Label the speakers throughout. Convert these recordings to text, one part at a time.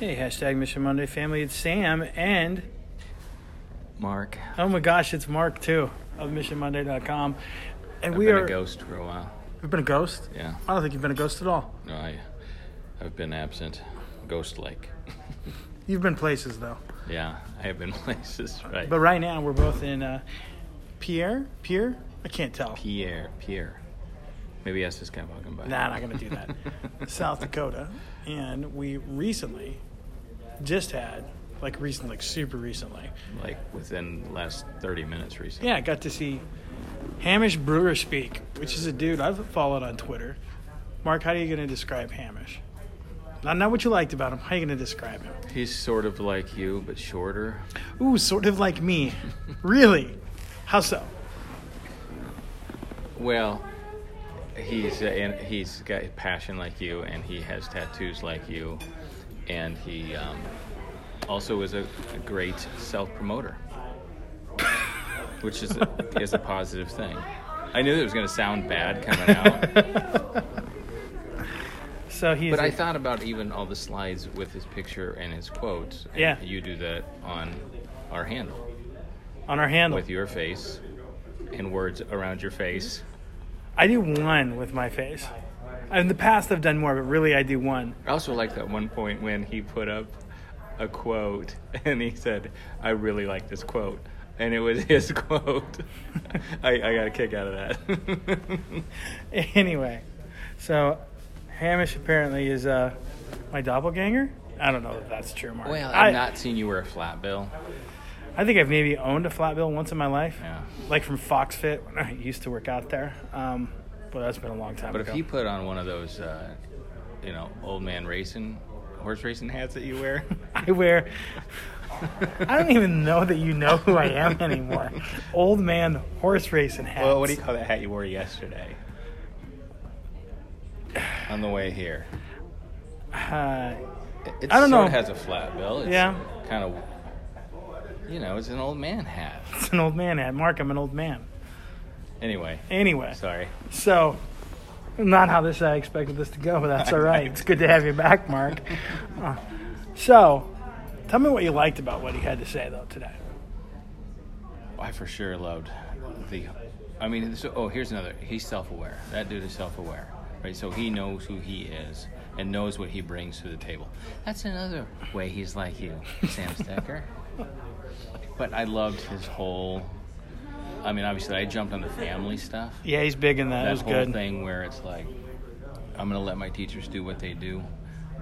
Speaker 1: Hey, hashtag Mission Monday family. It's Sam and
Speaker 2: Mark.
Speaker 1: oh my gosh, it's Mark too of MissionMonday.com. And
Speaker 2: I've
Speaker 1: we
Speaker 2: been
Speaker 1: are.
Speaker 2: a ghost for a while.
Speaker 1: You've been a ghost?
Speaker 2: Yeah.
Speaker 1: I don't think you've been a ghost at all.
Speaker 2: No, I, I've been absent, ghost like.
Speaker 1: You've been places though.
Speaker 2: Yeah, I have been places. Right.
Speaker 1: But right now we're both in uh, Pierre. Pierre? I can't tell.
Speaker 2: Pierre, Pierre. Maybe ask this guy walking by.
Speaker 1: Nah, not gonna do that. South Dakota, and we recently just had like recent, like super recently.
Speaker 2: Like within the last 30 minutes recently.
Speaker 1: Yeah, I got to see Hamish Brewer speak, which is a dude I've followed on Twitter. Mark, how are you gonna describe Hamish? Not not what you liked about him. How are you gonna describe him?
Speaker 2: He's sort of like you, but shorter.
Speaker 1: Ooh, sort of like me. really? How so?
Speaker 2: Well, he's uh, and he's got passion like you, and he has tattoos like you, and he um, also is a, a great self promoter, which is a, is a positive thing. I knew that it was going to sound bad coming out,
Speaker 1: So he's.
Speaker 2: but I
Speaker 1: a-
Speaker 2: thought about even all the slides with his picture and his quotes. And
Speaker 1: Yeah.
Speaker 2: you do that on our handle
Speaker 1: on our handle.
Speaker 2: with your face and words around your face.
Speaker 1: I do one with my face. In the past, I've done more, but really, I do one.
Speaker 2: I also like that one point when he put up a quote and he said, I really like this quote. And it was his quote. I, I got a kick out of that.
Speaker 1: anyway, so Hamish apparently is uh, my doppelganger. I don't know if that's true, Mark.
Speaker 2: well, I've
Speaker 1: I,
Speaker 2: not seen you wear a flat bill.
Speaker 1: I think I've maybe owned a flat bill once in my life,
Speaker 2: Yeah.
Speaker 1: like from Fox Fit when I used to work out there. Um, but that's been a long time
Speaker 2: But if
Speaker 1: ago.
Speaker 2: he put on one of those, uh, you know, old man racing, horse racing hats that you wear,
Speaker 1: I wear. I don't even know that you know who I am anymore. Old man horse racing hats.
Speaker 2: well, what do you call that hat you wore yesterday? On the way here.
Speaker 1: Uh,
Speaker 2: It- It
Speaker 1: I don't
Speaker 2: sort of
Speaker 1: know.
Speaker 2: has a flat bill. It's
Speaker 1: Yeah.
Speaker 2: Kind of, you know, it's an old man hat.
Speaker 1: it's an old man hat. Mark, I'm an old man.
Speaker 2: Anyway,
Speaker 1: Anyway.
Speaker 2: sorry.
Speaker 1: So, not how this I expected this to go, but that's all right. It's good to have you back, Mark. Uh, so, tell me what you liked about what he had to say though today.
Speaker 2: I for sure loved the. I mean, so, oh, here's another. He's self-aware. That dude is self-aware, right? So he knows who he is and knows what he brings to the table. That's another way he's like you, Sam Stecker. but I loved his whole. I mean, obviously, I jumped on the family stuff.
Speaker 1: Yeah, he's big in that.
Speaker 2: that
Speaker 1: it was
Speaker 2: whole
Speaker 1: good.
Speaker 2: thing where it's like i'm going to let my teachers do what they do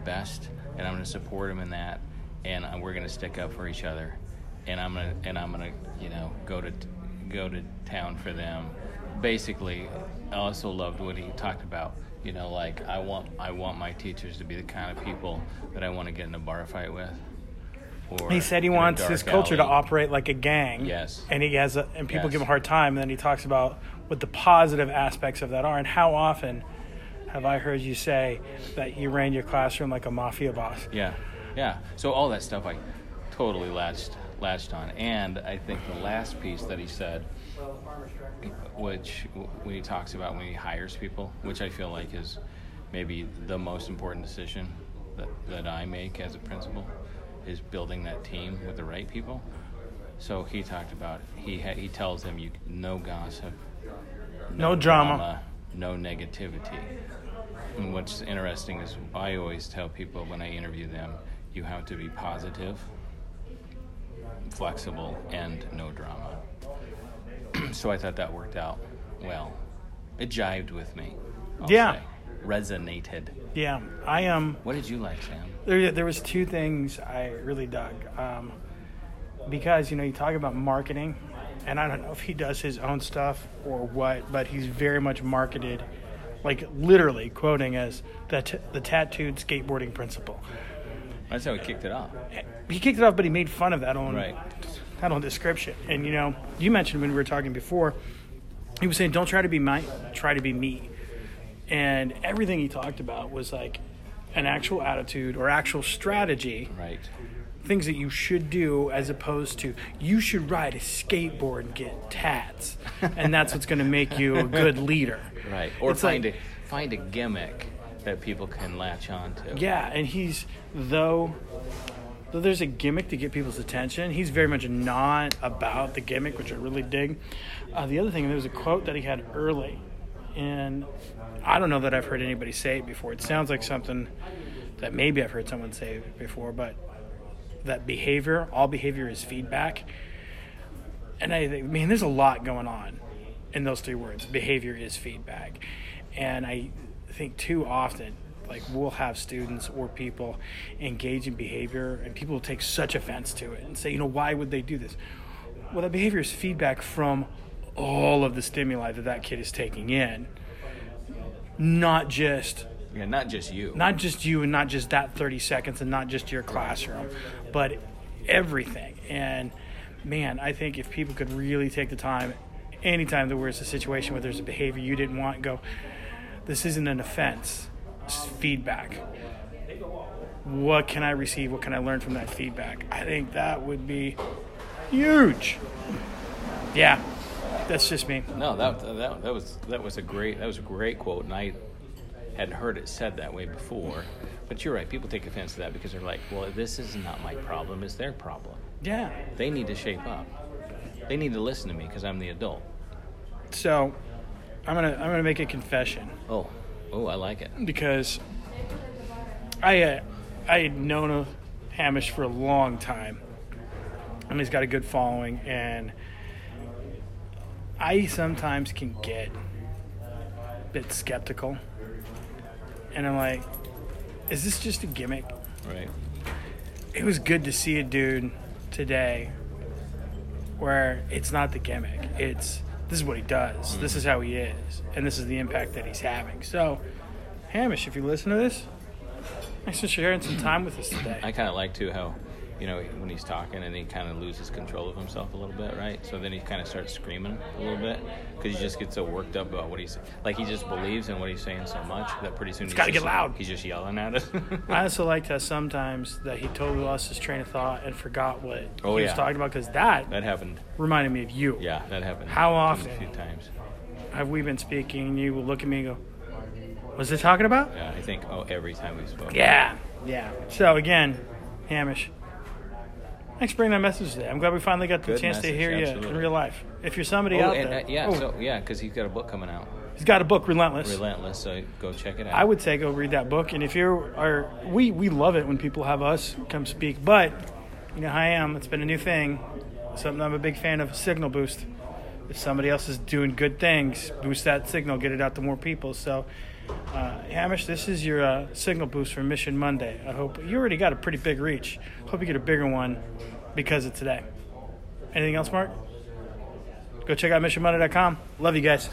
Speaker 2: best and i'm going to support them in that and I- we're going to stick up for each other and i'm going to and i'm going to you know go to go to town for them basically i also loved what he talked about you know like i want i want my teachers to be the kind of people that i want to get in a bar fight with or
Speaker 1: He said he
Speaker 2: in a
Speaker 1: wants his
Speaker 2: dark
Speaker 1: culture to
Speaker 2: alley.
Speaker 1: operate like a gang.
Speaker 2: Yes.
Speaker 1: And he has, a, and people
Speaker 2: Yes.
Speaker 1: give him a hard time. And then he talks about what the positive aspects of that are, and how often have I heard you say that you ran your classroom like a mafia boss?
Speaker 2: Yeah, yeah. So all that stuff I totally latched latched on, and I think the last piece that he said, which w- when he talks about when he hires people, which I feel like is maybe the most important decision that, that I make as a principal, is building that team with the right people. So he talked about he ha- he tells them you no gossip,
Speaker 1: No drama.
Speaker 2: no negativity. And what's interesting is I always tell people when I interview them, you have to be positive, flexible, and no drama. so I thought that worked out well. It jived with me. I'll
Speaker 1: Yeah.
Speaker 2: say. Resonated.
Speaker 1: Yeah, I am.
Speaker 2: What did you like, Sam?
Speaker 1: there, there was two things I really dug um, because you know you talk about marketing, and I don't know if he does his own stuff or what, but he's very much marketed, like literally quoting as the t- the tattooed skateboarding principle.
Speaker 2: That's how we kicked it off.
Speaker 1: He kicked it off, but he made fun of that on
Speaker 2: Right.
Speaker 1: that whole description. And you know, you mentioned when we were talking before, he was saying, "Don't try to be my, try to be me." And everything he talked about was like an actual attitude or actual strategy
Speaker 2: Right.
Speaker 1: things that you should do as opposed to you should ride a skateboard and get tats and that's what's going to make you a good leader
Speaker 2: Right. Or
Speaker 1: It's
Speaker 2: find
Speaker 1: like-
Speaker 2: a find a gimmick that people can latch on to.
Speaker 1: Yeah, and he's though though there's a gimmick to get people's attention. He's very much not about the gimmick, which I really dig. Uh, the other thing, there was a quote that he had early, and I don't know that I've heard anybody say it before. It sounds like something that maybe I've heard someone say before, but that behavior, all behavior is feedback. And I think, man, there's a lot going on in those three words. Behavior is feedback. And I think too often, like we'll have students or people engage in behavior and people will take such offense to it and say, you know, why would they do this? Well, that behavior is feedback from all of the stimuli that that kid is taking in, not just
Speaker 2: Yeah, not just you.
Speaker 1: not just you and not just that 30 seconds and not just your classroom, but everything. And man, I think if people could really take the time, anytime there was a situation where there's a behavior you didn't want, go, this isn't an offense, it's feedback. What can I receive? What can I learn from that feedback? I think that would be huge. Yeah, that's just me.
Speaker 2: no, that, that that was that was a great that was a great quote, and I hadn't heard it said that way before. But you're right. People take offense to that because they're like, "Well, this is not my problem; it's their problem.
Speaker 1: Yeah.
Speaker 2: They need to shape up. They need to listen to me because I'm the adult."
Speaker 1: So I'm going to I'm going to make a confession.
Speaker 2: Oh, oh, I like it.
Speaker 1: because I uh, I had known of Hamish for a long time, and he's got a good following, and I sometimes can get a bit skeptical, and I'm like, is this just a gimmick?
Speaker 2: Right.
Speaker 1: It was good to see a dude today where it's not the gimmick. It's this is what he does. This is how he is, and this is the impact that he's having. So, Hamish, if you listen to this, thanks for sharing some time with us today.
Speaker 2: I kind of like too how, you know, when he's talking and he kind of loses control of himself a little bit, right? So then he kind of starts screaming a little bit because he just gets so worked up about what he's like. He just believes in what he's saying so much that pretty soon he's
Speaker 1: gotta
Speaker 2: just-
Speaker 1: get loud.
Speaker 2: He's just yelling at us.
Speaker 1: I also liked how sometimes that he totally lost his train of thought and forgot what
Speaker 2: Oh,
Speaker 1: he was
Speaker 2: yeah.
Speaker 1: talking about because that
Speaker 2: that happened.
Speaker 1: reminded me of you.
Speaker 2: Yeah, that happened.
Speaker 1: How
Speaker 2: A
Speaker 1: often?
Speaker 2: few times.
Speaker 1: Have we been speaking? And you will look at me and go, "Was this talking about?"
Speaker 2: Yeah, I think. Oh, every time we spoke.
Speaker 1: Yeah, yeah. So again, Hamish, thanks for bringing that message today. I'm glad we finally got the
Speaker 2: Good
Speaker 1: chance to
Speaker 2: message,
Speaker 1: hear you in
Speaker 2: absolutely.
Speaker 1: real life. If you're somebody
Speaker 2: Oh,
Speaker 1: out
Speaker 2: and,
Speaker 1: there,
Speaker 2: uh, yeah.
Speaker 1: oh,
Speaker 2: So yeah, because he's got a book coming out,
Speaker 1: he's got a book, Relentless.
Speaker 2: Relentless. So go check it out.
Speaker 1: I would say go read that book, and if you are, we we love it when people have us come speak. But you know, how I am. It's been a new thing. Something I'm a big fan of. Signal boost. If somebody else is doing good things, boost that signal, get it out to more people. So, uh, Hamish, this is your uh, signal boost for Mission Monday. I hope you already got a pretty big reach. Hope you get a bigger one because of today. Anything else, Mark? Go check out missionmonday.com. Love you guys.